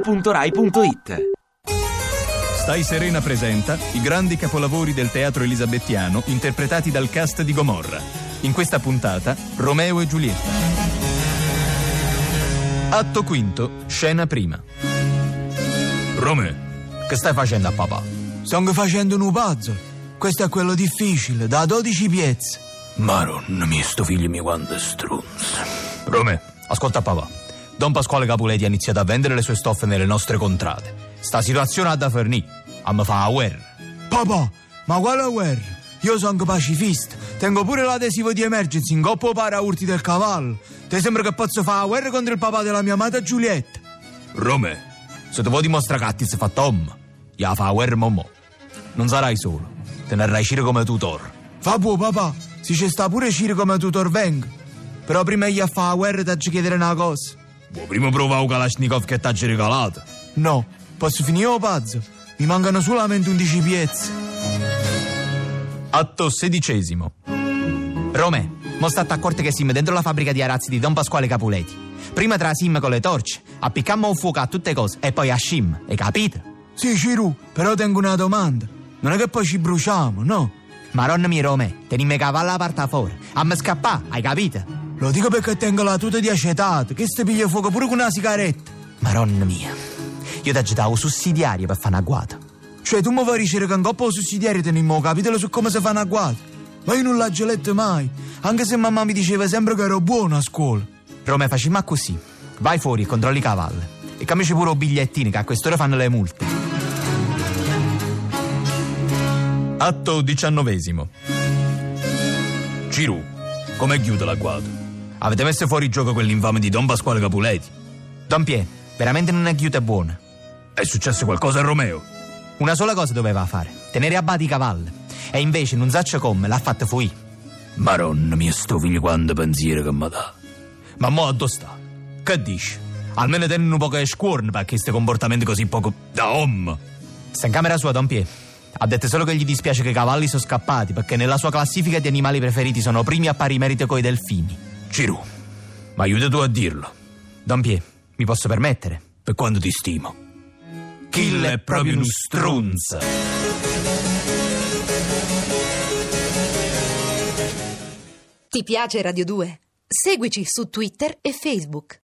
radio2pod.rai.it Stai Serena presenta i grandi capolavori del teatro elisabettiano interpretati dal cast di Gomorra. In questa puntata, Romeo e Giulietta. Atto quinto, scena prima. Romè, Che stai facendo a papà? Sto facendo un puzzle. Questo è quello difficile, da 12 piezze. Maron, mio sto figlio mi quanto è strunz. Romè, ascolta papà. Don Pasquale Capuletti ha iniziato a vendere le sue stoffe nelle nostre contrade. Sta situazione ha da fornì. A me fa la guerra. Papà, ma quale guerra? Io sono pacifista. Tengo pure l'adesivo di emergency in coppo para urti del cavallo. Ti sembra che posso fare la guerra contro il papà della mia amata Giulietta? Romè, Se ti vuoi dimostrare che ti si fa Tom, ia fa la guerra momò. Non sarai solo. Te ne uscire come tutor. Fa buo papà, si ci sta pure Ciro come tutor vengo. Però prima io a fare la guerra ti faccio chiedere una cosa. Vuoi prima provare un Kalashnikov che t'ha regalato? No, posso finire o pazzo? Mi mancano solamente 11 piezze. Atto sedicesimo. Romè, mo sta accorto che siamo dentro la fabbrica di arazzi di Don Pasquale Capuleti. Prima trasim con le torce, appiccammo un fuoco a tutte cose e poi a Shim, hai capito? Sì, Ciro, però tengo una domanda. Non è che poi ci bruciamo, no? Maronna mia Romè, tenimi cavalla a parte fuori, a me scappà, hai capito? Lo dico perché tengo la tuta di acetato, che se piglia fuoco pure con una sigaretta. Maronna mia, io ti agitavo sussidiario per fare un agguato. Cioè, tu mi fai ricevere che un coppo sussidiario tenimmo capitolo su come si fa un agguato. Ma io non l'ho letto mai, anche se mamma mi diceva sempre che ero buono a scuola. Romè, facciamo così, vai fuori e controlli i cavalli e cambiaci pure un bigliettino che a quest'ora fanno le multe. Atto diciannovesimo. Ciru, come chiude l'agguato? Avete messo fuori gioco quell'infame di Don Pasquale Capuleti. Don Pie, veramente non è chiuta buona. È successo qualcosa a Romeo? Una sola cosa doveva fare, tenere a bada i cavalli. E invece, non saccio come, l'ha fatto fuori. Maronna, mio sto figlio quanto pensiero che mi dà. Ma mo addo sta? Che dici? Almeno tenno un po' che scuorn per questi comportamenti così poco... Da om! Sta in camera sua, Don Pie. Ha detto solo che gli dispiace che i cavalli sono scappati, perché nella sua classifica di animali preferiti sono primi a pari merito coi delfini. Ciru, ma aiuta tu a dirlo, Don Pie, mi posso permettere? per quanto ti stimo. Kill è proprio uno strunz. Ti piace Radio 2? Seguici su Twitter e Facebook.